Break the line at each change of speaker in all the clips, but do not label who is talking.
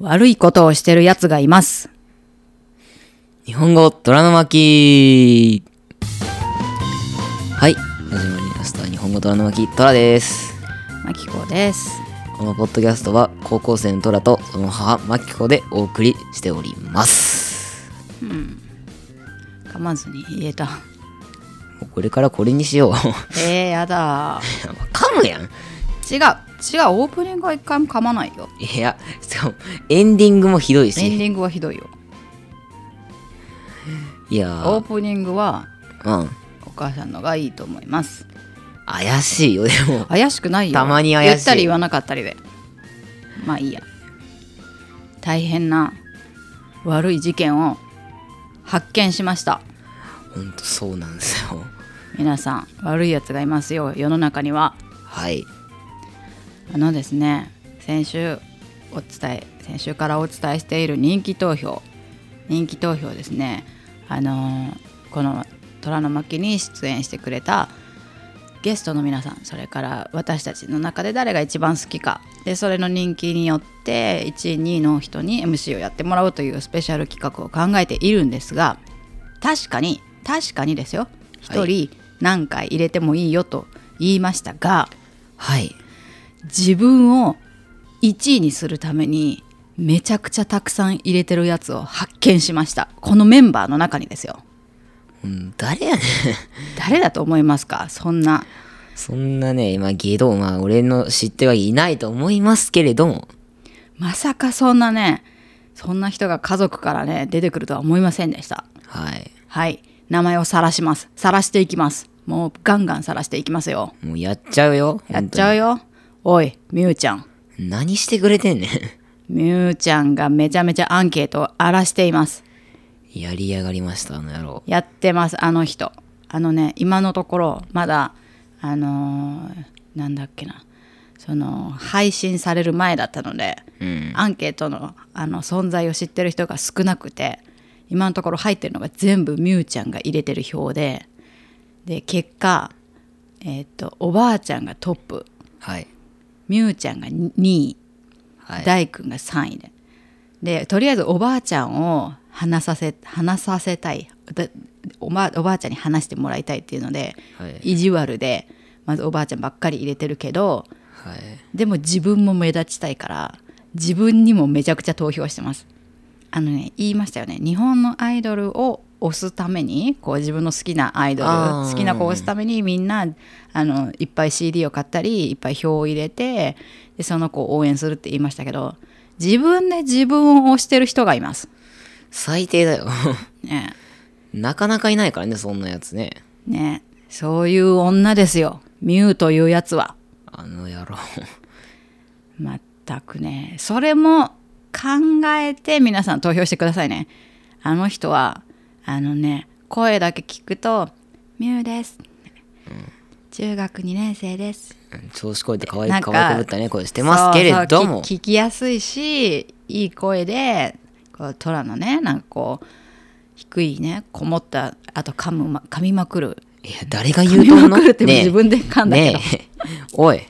悪いことをしてる奴がいます。
日本語虎の巻はい始まりました日本語虎の巻虎です
マキコです。
このポッドキャストは高校生の虎とその母マキコでお送りしております
噛まずに言えた。
もうこれからこれにしよう
えー、やだ
噛むやん
違う違う、オープニングは一回も噛まないよ。
いやしかもエンディングもひどい
エン
し
ディングはひどいよ。
いや
オープニングは
ーうん
お母さんのがいいと思います。
怪しいよでも
怪しくないよ。
たまに怪しい
言ったり言わなかったりで。まあいいや。大変な悪い事件を発見しました。
ほんとそうなんですよ
皆さん、悪い奴がいますよ、世の中には。
はい
あのですね先週お伝え先週からお伝えしている人気投票人気投票ですねあのーこの「虎の巻」に出演してくれたゲストの皆さんそれから私たちの中で誰が一番好きかでそれの人気によって1位2位の人に MC をやってもらおうというスペシャル企画を考えているんですが確かに確かにですよ1人何回入れてもいいよと言いましたが、
はい
自分を1位にするためにめちゃくちゃたくさん入れてるやつを発見しましたこのメンバーの中にですよ
うん誰やねん
誰だと思いますかそんな
そんなね、今、ゲド、まあ、俺の知ってはいないと思いますけれども、
まさかそんなねそんな人が家族からね出てくるとは思いませんでした
はい。
はい名前を晒します晒していきますもうガンガン晒していきますよ
もうやっちゃうよ。
やっちゃうよおいみゆちゃん
本当に何してくれてんね
みゆちゃんがめちゃめちゃアンケートを荒らしています
ん。やりやがりました、あの野郎。
やってますあの人あのね今のところまだあのーなんだっけなその配信される前だったので、
うん。
アンケートのあの存在を知ってる人が少なくて今のところ入ってるのが全部みゆちゃんが入れてる票でで結果えっ、とおばあちゃんがトップ
はい。
みゆちゃんが2位
はい。
大君が3位ででとりあえずおばあちゃんを話させ話させたいだお,、ま、おばあちゃんに話してもらいたいっていうので、
はい
意地悪でまずおばあちゃんばっかり入れてるけど
はい。
でも自分も目立ちたいから自分にもめちゃくちゃ投票してますあのね言いましたよね日本のアイドルを推すためにこう自分の好きなアイドル
あー
好きな子を推すためにみんなあのいっぱい CD を買ったりいっぱい票を入れてでその子を応援するって言いましたけど自分で自分を推してる人がいます
最低だよ。
ね
なかなかいないからね、そんなやつね。
えねえそういう女ですよミュウというやつは
あの野郎。
全くねそれも考えて皆さん投票してくださいねあの人はあのね声だけ聞くと「ミュウです」中学2年生です」
うん調子こいて可愛
なん
い、
か
可愛くぶったね、声してますけれど
そう
も
そう。聞聞きやすいしいい声でこうトラのねなんかこう低いねこもったあと噛むま噛みまくる
いや、誰が言
噛
う
み
とん
ま
の
くるって
ねえ
自分で噛んだけど、
ねえ。 おい。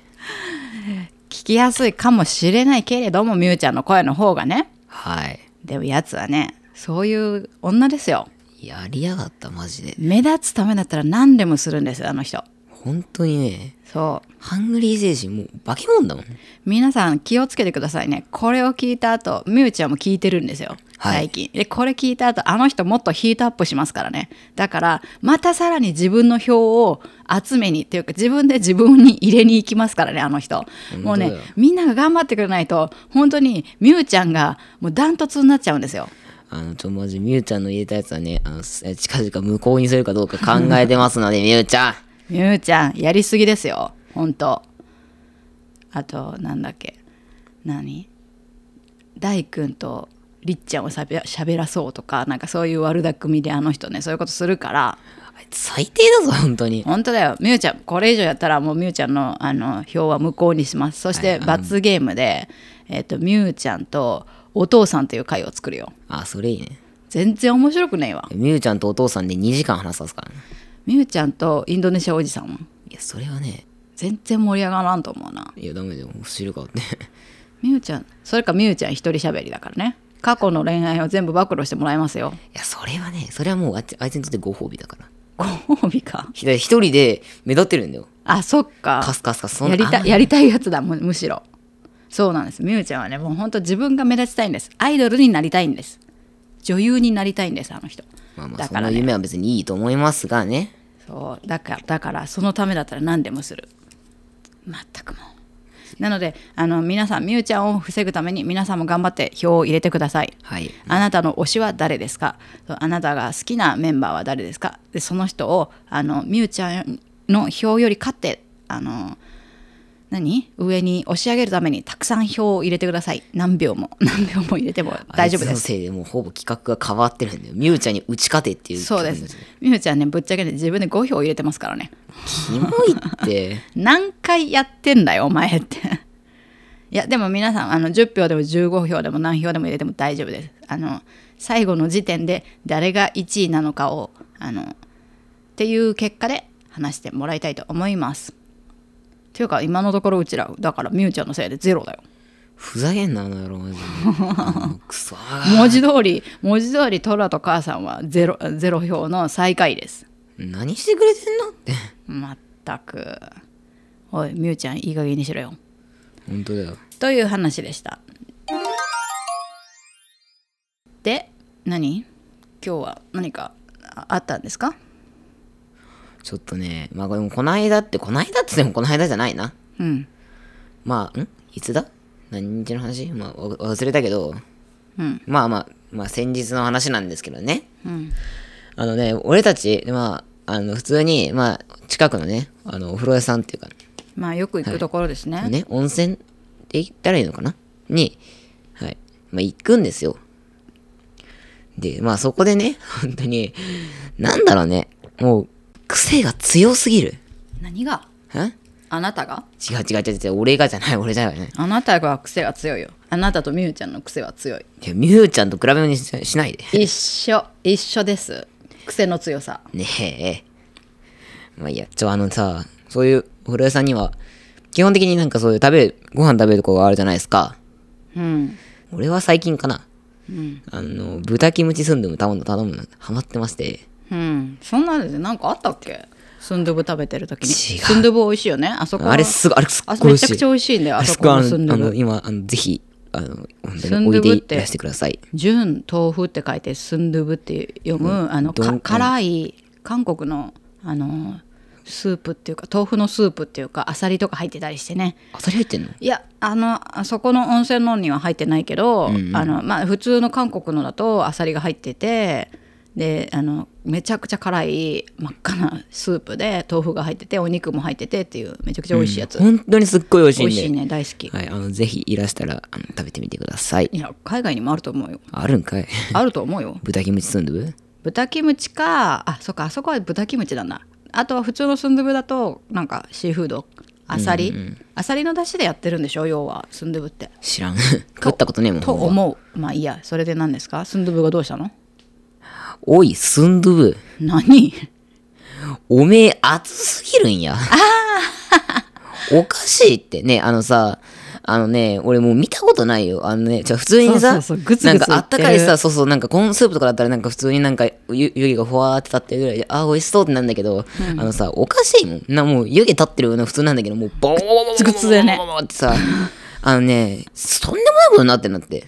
聞きやすいかもしれないけれどもミュウちゃんの声の方がね
はい。
でもやつはねそういう女ですよ
やりやがった、マジで。
目立つためだったら何でもするんですよあの人
本当にね。
そう
ハングリー精神もう化け物だもんね。
皆さん気をつけてくださいねこれを聞いた後ミュウちゃんも聞いてるんですよ、
はい
最近でこれ聞いた後あの人もっとヒートアップしますからねだからまたさらに自分の票を集めにっていうか自分で自分に入れに行きますからねあの人もう
本
ね
当だよ
みんなが頑張ってくれないと本当にミュウちゃんがもうダントツになっちゃうんですよ
あの、ちょ、マジ、みゆちゃんの入れたやつはね、あの、すえ近々無効にするかどうか考えてますので、みゆちゃん。
みゆちゃんやりすぎですよ本当あとなんだっけ何大君とりっちゃんをしゃべしゃべらそうとかなんかそういう悪巧みであの人ねそういうことするから
あいつ最低だぞ、本当に。
本当だよみゆちゃんこれ以上やったらもうみゆちゃんのあの票は無効にしますそして罰ゲームで、えっとみゆちゃんとお父さんという会を作るよ
あ、それいいね。
全然面白くないわ
みゆちゃんとお父さんで2時間話さすからね。
みゆちゃんとインドネシアおじさんはい
や、それはね、
全然盛り上がらんと思うな
はいや、ダメだよ、知るかって。
みゆちゃんそれかみゆちゃん一人喋りだからね過去の恋愛を全部暴露してもらいますよ
やそれはねそれはもうあいつあいつにとって ご褒美だから
ご褒美か
ひだ一人で目立ってるんだよ
あそっか
カスカスカスそんな
やりた
あ
やりたいやつだむむしろそうなんですみゆちゃんはねもう本当自分が目立ちたいんですアイドルになりたいんです女優になりたいんですあの人
まあまあ
だ
そ
から
の
ね
夢は別にいいと思いますがね
そうだからだからそのためだったら何でもする全くもうなのであの皆さんみゆちゃんを防ぐために皆さんも頑張って票を入れてください
はい
あなたの推しは誰ですかそうあなたが好きなメンバーは誰ですかでその人をあのみゆちゃんの票より勝ってあの何上に押し上げるためにたくさん票を入れてください何秒も 何秒も入れても大丈夫
あ
で
いつの
す
せいでもうほぼ企画が変わってるんだよミュウちゃんに打ち勝てっていう
そうで
企画
すみゆちゃんねぶっちゃけね自分で5票入れてますからね
になってるキモいって
何回やってんだよお前って いやでも皆さんあの10票でも15票でも何票でも入れても大丈夫ですあの最後の時点で誰が1位なのかをあのっていう結果で話してもらいたいと思いますというか今のところうちらだからみゆちゃんのせいでゼロだよ
ふざけんなあの野郎マジであのクソ
文字通り文字通りトラと母さんはゼロゼロ票の最下位です
何してくれてんのって
まったくおいみゆちゃんいい加減にしろよ
本当だよ
という話でしたで何今日は何かああったんですか
ちょっとねまあこれもこの間ってこの間ってでもこの間じゃないな
うん
まあんいつだ何日の話まあわ忘れたけど
うん
まあまあまあ先日の話なんですけどね
うん
あのね俺たちまああの普通にまあ近くのねあのお風呂屋さんっていうか
まあよく行くところですね、
ね、温泉って言ったらいいのかなに、はい。まあ、行くんですよ。で、まあそこでね、 本当に、なんだろうね、もう、癖が強すぎる。
何が
え
あなたが
違う違う違う違う、俺がじゃない、俺じゃない。
あなたが癖が強いよあなたとみゆちゃんの癖は強い
いや、みゆちゃんと比べ物にししないで。
一緒一緒です癖の強さ
ねえ。まあいいや、ちょ、あのさ、そういうお風呂屋さんには、基本的になんかそういう食べる、ご飯食べるとこがあるじゃないですか。
うん
俺は最近かな。
うん
あの、豚キムチスンドゥブ頼むの頼むの、ハマってまして。
うんそんなのでなんかあったっけスンドゥブ食べてる時に
違う
スンドゥブ美味しいよねあそこ
あれすごい、あれすっ
あ
ごい
め
美味
ちゃ
し
く
い
ち。ゃ美味しいんだよあ
あ
そ
そ
こ
こあ
の
の
スンド
あ
ゥ
の
ブ
今あのぜひあの本
ス
当
ン
に
ドゥ
おい
ブ
で
っ
い
て
らしてください。
純豆腐って書いてスンドゥブって読む、あの
ど
か
ん
辛い韓国のあのスープっていうか豆腐のスープっていうかあさりとか入ってたりしてね
あそれ入ってんの？
いやあのあそこの温泉のには入ってないけど、あのまあ、普通の韓国のだとあさりが入っててであのめちゃくちゃ辛い真っ赤なスープで豆腐が入っててお肉も入っててっていうめちゃくちゃ美味しいやつ、
本当にすっごい美味しい
美
ん
味
で。
しいね大好き、
はいあのぜひいらしたらあの食べてみてください。
いや海外にもあると思うよ
あるんかい？
あると思うよ
豚キムチスンドゥブ？
豚キムチかあそっかあそこは豚キムチなんだあとは普通のスンドゥブだとなんかシーフードアサリ、アサリの出汁でやってるんでしょ要はスンドゥブって
知らん。食ったことねえもん。
と
ほぼ
思うまあいいやそれで何ですかスンドゥブがどうしたの
おいスンドゥブ、
何
おめえ熱すぎるんや。おかしいってねあのさ。あのね、俺もう見たことないよ。あのね、じゃあ普通に
そう
さ、
そうそうグツグツ
なんかあったか
言っ
い
てる
さ、そうそう、なんかコーンスープとかだったらなんか普通になんか湯湯気がふわーって立ってるぐらいで、あー、美味しそうってなんだけど、あのさ、おかしいもん。な、もう湯気立ってるの普通なんだけど、もうボーボ
ツグツだよね
ってさ、あのね、とんでもないことになってんだって。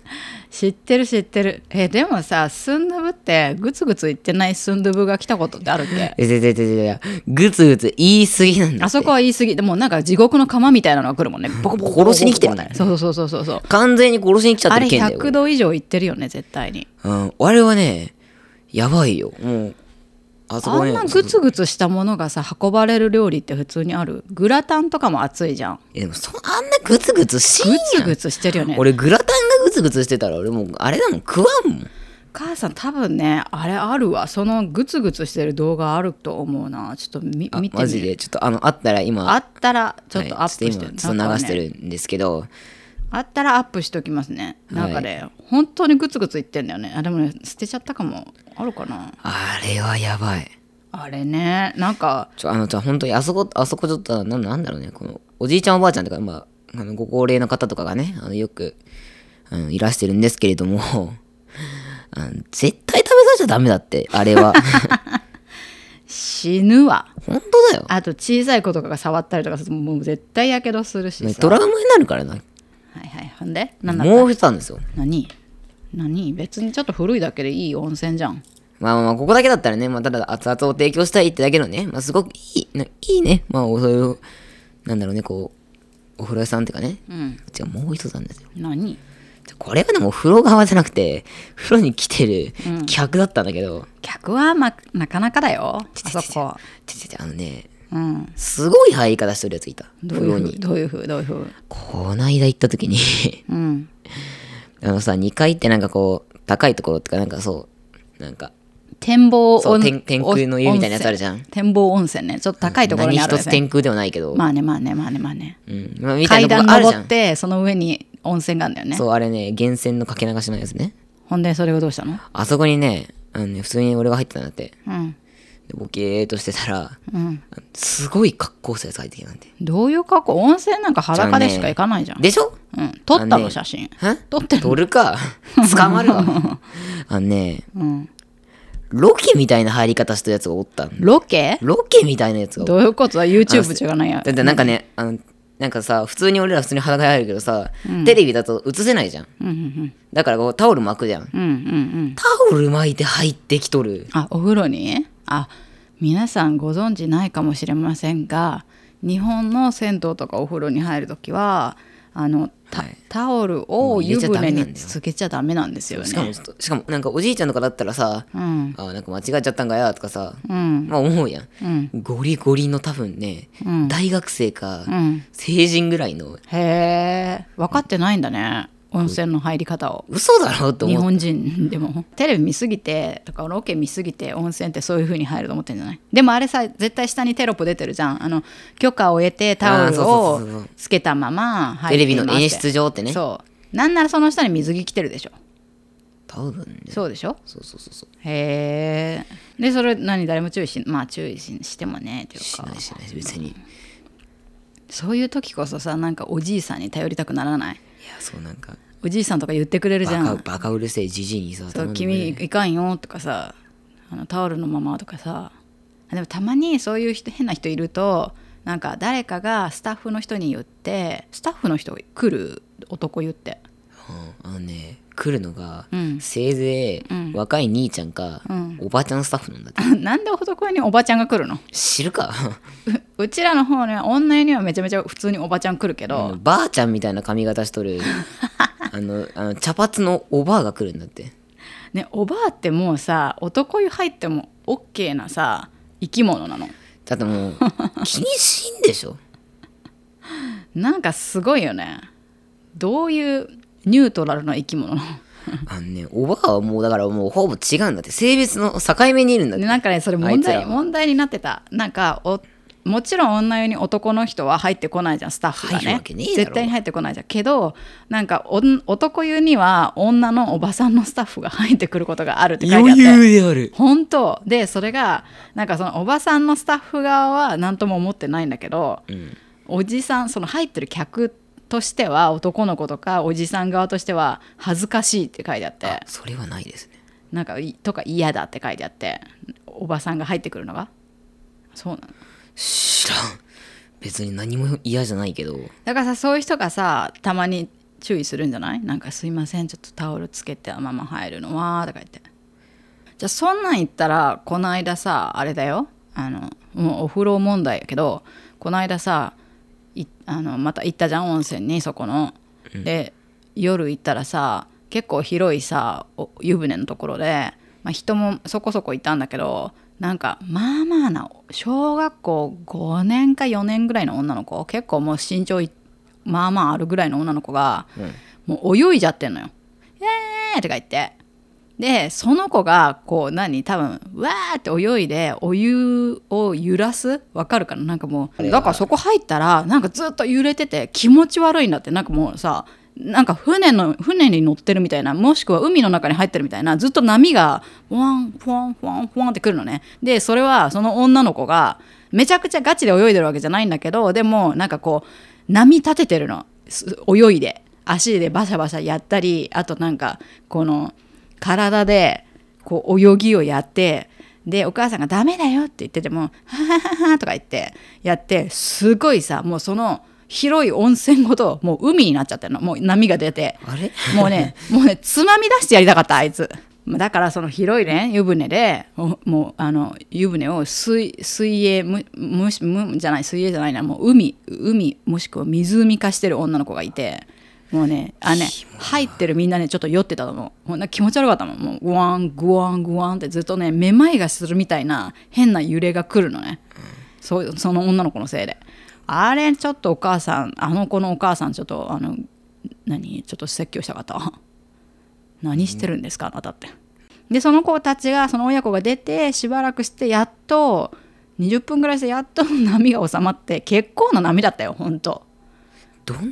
知ってる知ってるえでもさスンドゥブってグツグツ言ってないスンドゥブが来たことってあるっけ
え、ででででで、ぐつぐつ言い過ぎなんだって。
あそこは言い過ぎでもうなんか地獄の釜みたいなのが来るもんねボコボコボコボコ
殺しに来てるんだよ
そうそうそうそうそう
完全に殺しに来ちゃっ
あ
て
れ
る件だよ。
100度以上言ってるよね絶対に
うん、あれはね、やばいよ。もう、あそ
あ
こね
んな、グツグツしたものがさ運ばれる料理って普通にあるグラタンとかも熱いじゃん
えでもそあんなぐつぐつしん
グ
やん
ツグツしてるよね
俺グラタンがグツグツしてたら俺もうあれだもん食わんもん
母さん多分ねあれあるわそのグツグツしてる動画あると思うなちょっとみ
あ
見てみ
マジでちょっとあのあったら今
あったらちょっ
はい
とアップして、
ちょっと今ちょっと流して
なんかね
るんですけど、
あったらアップしておきますねなんかね、本当にグツグツ言ってんだよねあでもね捨てちゃったかもあるかな
あれはやばい
あれねなんか
ちょあのちょ本当にあそこあそこちょっとなんなんだろうねこのおじいちゃんおばあちゃんとかまああの、ご高齢の方とかがね、あの、よく、あの、いらしてるんですけれども、 あの絶対食べさせちゃダメだって、あれ は。
死ぬわ
本当だよ。
あと小さい子とかが触ったりとかするともう絶対やけどするし
ね
さ
トラウマになるからな。
はいはいほんで何だった
もうしてたんですよ。
何何別にちょっと古いだけでいい温泉じゃん
まあまあまあ、ここだけだったらね、まあ、ただ熱々を提供したいってだけのね、まあ、すごくいい、ないいね。まあ、そういう、なんだろうね、こう、お風呂屋さんっていうかね。
うん
違う、もう一つなんですよ。
何
これはでも、お風呂側じゃなくて、風呂に来てる客だったんだけど、
客は、ま、なかなかだよあそこ
ちょちょちょあのね、
うん
すごい入り方してるやつがいた。
どう
風
い
呂
うふう
に。
どういうふうどういうふう
こないだ行った時に、
うん
あのさ、2階ってなんかこう、高いところってか、なんかそう、なんか、
展望
そう
温
天天空の湯みたいなやつあるじゃん
温泉展望温泉ねちょっと高いところにある
何
や
一
つ
つ
ね
天空ではないけど、
まあねまあねまあねまあね
うん、まあ、みたい
階段
なとこあるじゃ
登
ん
っ。てその上に温泉があるんだよね
そう、あれね、源泉のかけ流しのやつね。
ほんでそれをどうしたの
あそこにね、あのね、普通に俺が入ってたんだって。
うん
でボケーっとしてたら、
うん
すごい格好したやつ入ってきたなんて。
どういう格好温泉なんか裸でしか行かないじゃん
でしょ
うん、撮った
あの
の
ね
写真
は
撮ってる
撮る か。捕まるわ。あのね、
うん
ロケみたいな入り方したやつがおったの
ロケ
ロケみたいなやつがおった
どういうことだ YouTube 違うないや
だってなんかね、あの、なんかさ、普通に俺ら普通に裸で入るけどさ、テレビだと映せないじゃん。
うんうん
だからこうタオル巻くじゃん。
うんうんうん
タオル巻いて入ってきとる。
あお風呂にあ皆さんご存知ないかもしれませんが日本の銭湯とかお風呂に入るときはあのタ,、
はい
タオル
も
を
う入
湯
れちゃダメ
船
なんだよ
につけちゃダメなんですよね
しかもちょっと、しかもなんかおじいちゃんとかだったらさ、
うん
あなんか間違えちゃったんかやとかさ、
うん
まあ思うやん。
うん
ゴリゴリの多分ね、
うん
大学生か、
うん
成人ぐらいの、
へえ分かってないんだね温泉の入り方を
嘘だろと
日
思う。
本人でもテレビ見すぎてとかロケ見すぎて温泉ってそういう風に入ると思ってんじゃないでもあれさ絶対下にテロップ出てるじゃんあの許可を得てタオル
あーそうそうそうそう
をつけたまま入
テ
って
レビの演出
っ
上って
て
ね。
そうなんならその下に水着着てるでしょ
多分ね。
そうでしょ
そうそうそうそう。
へえでそれ何誰も注意しまあ注意ししてもねという
し
か
ないしないし、別に。い
そういう時こそさなんかおじいさんに頼りたくならない
や、そうなんか、
おじいさんとか言ってくれるじ
バ
ゃん
カバカうるせえじじいにさ、
そ
頼
う
む
君いかんよとかさあのタオルのままとかさあでもたまにそういう人変な人いるとなんか誰かがスタッフの人に言ってスタッフの人来る男言って
うん、あのね来るのが、
うん
せいぜい、
うん
若い兄ちゃんか、
うん
おばちゃんスタッフなんだって
なんで男屋におばちゃんが来るの
知るか
ううちらの方ね女湯にはめちゃめちゃ普通におばちゃん来るけ
あ
ど
の、ばあちゃんみたいな髪型しと るあのあの茶髪のおばあが来るんだって
ね、おばあってもうさ男湯入っても OK なさ生き物なの
だっ てもう気にしんでしょ
なんかすごいよねどういうニュートラルな生き物なの
あのねおばあはもうだからもうほぼ違うんだって性別の境目にいるんだって
でなんかねそれ
あい
問
つらは
題問題になってたなんかおもちろん女湯に男の人は入ってこないじゃんスタッフが
入るわ
ね
けねえだろ
絶対に入ってこないじゃんけどなんかおん男湯には女のおばさんのスタッフが入ってくることがあるって書いてあって
余裕である
本当でそれがなんかそのおばさんのスタッフ側は何とも思ってないんだけど
うん
おじさんその入ってる客としては男の子とかおじさん側としては恥ずかしいって書いてあって
あそれはないですね
なんかいとか嫌だって書いてあっておばさんが入ってくるのがそうなの
知らん別に何も嫌じゃないけど
だからさそういう人がさたまに注意するんじゃないなんか「すいませんちょっとタオルつけてまま入るのは」とか言ってじゃあそんなん言ったらこの間さあれだよあのもうお風呂問題やけどこの間さいあのまた行ったじゃん温泉にそこの。で夜行ったらさ結構広いさお湯船のところで、まあ、人もそこそこいたんだけどなんかまあまあな小学校5年か4年ぐらいの女の子結構もう身長いまあまああるぐらいの女の子が、もう泳いじゃってんのよ。イエーイとか言ってでその子がこう何多分わーって泳いでお湯を揺らすわかるかななんかもうだからそこ入ったらなんかずっと揺れてて気持ち悪いんだってなんかもうさなんか船の船に乗ってるみたいなもしくは海の中に入ってるみたいなずっと波がフワンフワンフワンフワンってくるのねでそれはその女の子がめちゃくちゃガチで泳いでるわけじゃないんだけどでもなんかこう波立ててるのす泳いで足でバシャバシャやったりあとなんかこの体でこう泳ぎをやってでお母さんが「ダメだよ」って言ってても「はははは」とか言ってやってすごいさもうその広い温泉ごともう海になっちゃってるのもう波が出て
あれ
もう ね、もうね、つまみ出してやりたかった、あいつ。まあだからその広いね、湯船で、おもうあの湯船を水水泳むむしむじゃない、水泳じゃないな、もう海、海もしくは湖化してる女の子がいて、もうね、あね、入ってるみんなね、ちょっと酔ってたのもう、ほんな気持ち悪かったもん、もう、グワン、グワン、グワンってずっとね、めまいがするみたいな変な揺れが来るのね。そうその女の子のせいであれちょっとお母さんあの子のお母さんちょっとあの何ちょっと説教したかった わ何してるんですかあなたってでその子たちがその親子が出てしばらくしてやっと20分ぐらいしてやっと波が収まって結構な波だったよほんと
どんな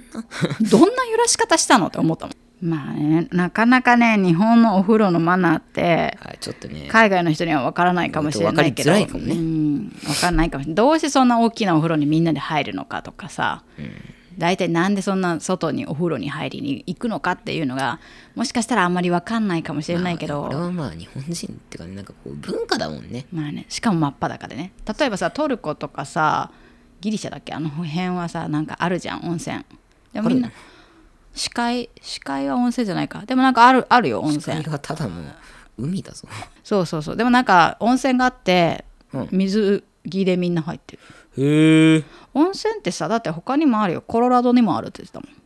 どんな揺らし方したのって思ったもんまあねなかなかね日本のお風呂のマナーって
はい、ちょっとね。
海外の人には分からないかもしれないけど
分かりづらいかもね
うん、分かんないかもしれないどうしてそんな大きなお風呂にみんなで入るのかとかさ、大体なんでそんな外にお風呂に入りに行くのかっていうのがもしかしたらあんまり分かんないかもしれないけど、
これはまあ日本人ってかね、なんかこう文化だもんね。
まあね、しかも真っ裸でね例えばさトルコとかさギリシャだっけあの辺はさなんかあるじゃん温泉でもみんな
ある
視界視界は温泉じゃないかでもなんかあるあるよ温
それ
泉
はただもう海だぞ。
そうそうそうでもなんか温泉があって
うん
水着でみんな入ってる、
へえ。
温泉ってさだって他にもあるよコロラドにもあるって言ってたもん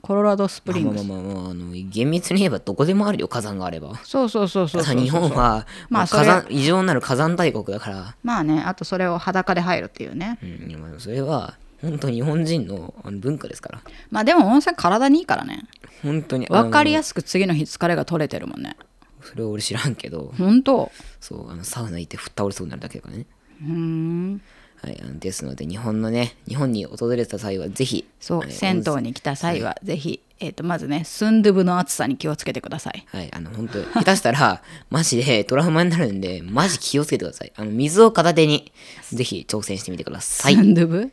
コロラドスプリン
まあ
グス、
まあまあまあ、あの、厳密に言えばどこでもあるよ、火山があれば。
そうそうそうそう
た
そ
だ
う
日本は、
ま
ま
あ
あ
それ
火山、異常なる火山大国だから、
まあねあとそれを裸で入るっていうね
うん、いやまあそれは、本当日本人のあの文化ですから。
まあでも温泉体にいいからね
本当に。
分かり
や
やすく次の日疲れが取れてるもんね
それは俺知らんけど、
本当
そう、あの、サウナ行って吹っ倒れそうになるだけだからね。
うーん
はい、あのですので、日本のね、日本に訪れた際は、ぜひ、
そう、
はい
銭湯に来た際はぜひ、えー、とまずねスンドゥブの暑さに気をつけてください
はい、あの、本当下手したら、 マジでトラウマになるんで、マジ気をつけてください。あの、水を片 手に、ぜひ挑戦してみてください。
ス
はい。
ンドゥブ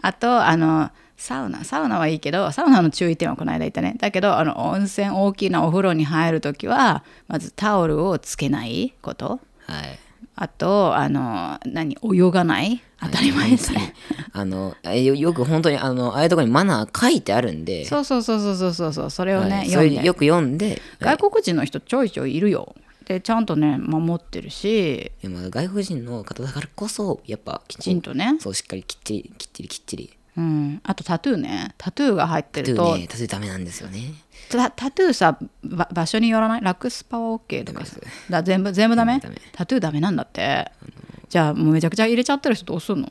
あとあのサウナサウナはいいけどサウナの注意点はこの間言ったねだけどあの温泉大きなお風呂に入る時はまずタオルをつけないこと
はい。
あとあの何泳がない当たり前ですね、
あの、えよよく本当に、あの、ああいうところにマナー書いてあるんで、
そうそうそうそうそうそうそうそれをね、
はい、そ
読
れ
んで
よく読んで、はい
外国人の人ちょいちょいいるよでちゃんとね守ってるし
でも外国人の方だからこそ、やっぱ、き
きちんとね
そう、しっかりきっちり、きっちり、きっちり。
うん、あとタトゥーねタトゥーが入って
タト
る
ゥ
と
ーね、タトゥーダメなんですよね。
タタトゥーさば場所によらないラックスパは OK とかさ
ダメ
だ全部全部ダメ
ダメダメ
タトゥーダメなんだってじゃあもうめちゃくちゃ入れちゃってる人どうすんの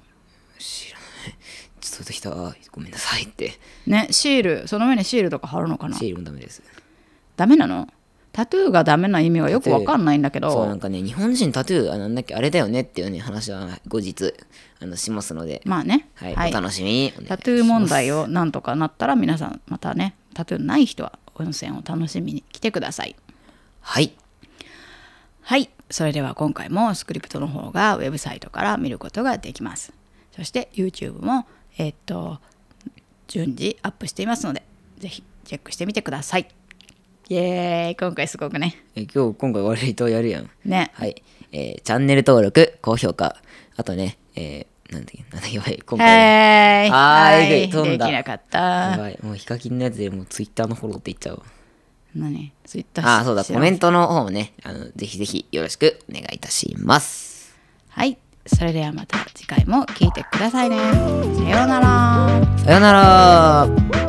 ちょっと人は、ごめんなさいって、
ねシールその上にシールとか貼るのかな
シールもダメです。
ダメなのタトゥーがダメな意味がよくわかんないんだけ
そうな
ど
んかね日本人タトゥーあなんだっけあれだよねっていうね話は後日あのしますので、
まあね、
はい、お楽しみにお願いしま
タ
す
トゥー問題をなんとかなったら皆さんまたねタトゥーない人は温泉を楽しみに来てください
はい
はい、それでは今回もスクリプトの方がウェブサイトから見ることができます。そして YouTube も、えっと、順次アップしていますので、ぜひチェックしてみてください。イエーイ、今回すごくね。
え今日今回割とやるやん
ね、
はい、えーチャンネル登録高評価あとねえー、なんだっけなんだっけやばい今
は
回
ーい。
はーい
はー
飛んだ
できなかっ
や
た。
ばいもうヒカキンのやつでもうツイッターのフォローって言っちゃおう
何ツイッター
ああそうだコメ
ント。
ントの方もねあのぜひぜひよろしくお願いいたします
はい、それではまた次回も聞いてくださいね。さようなら。
さよなら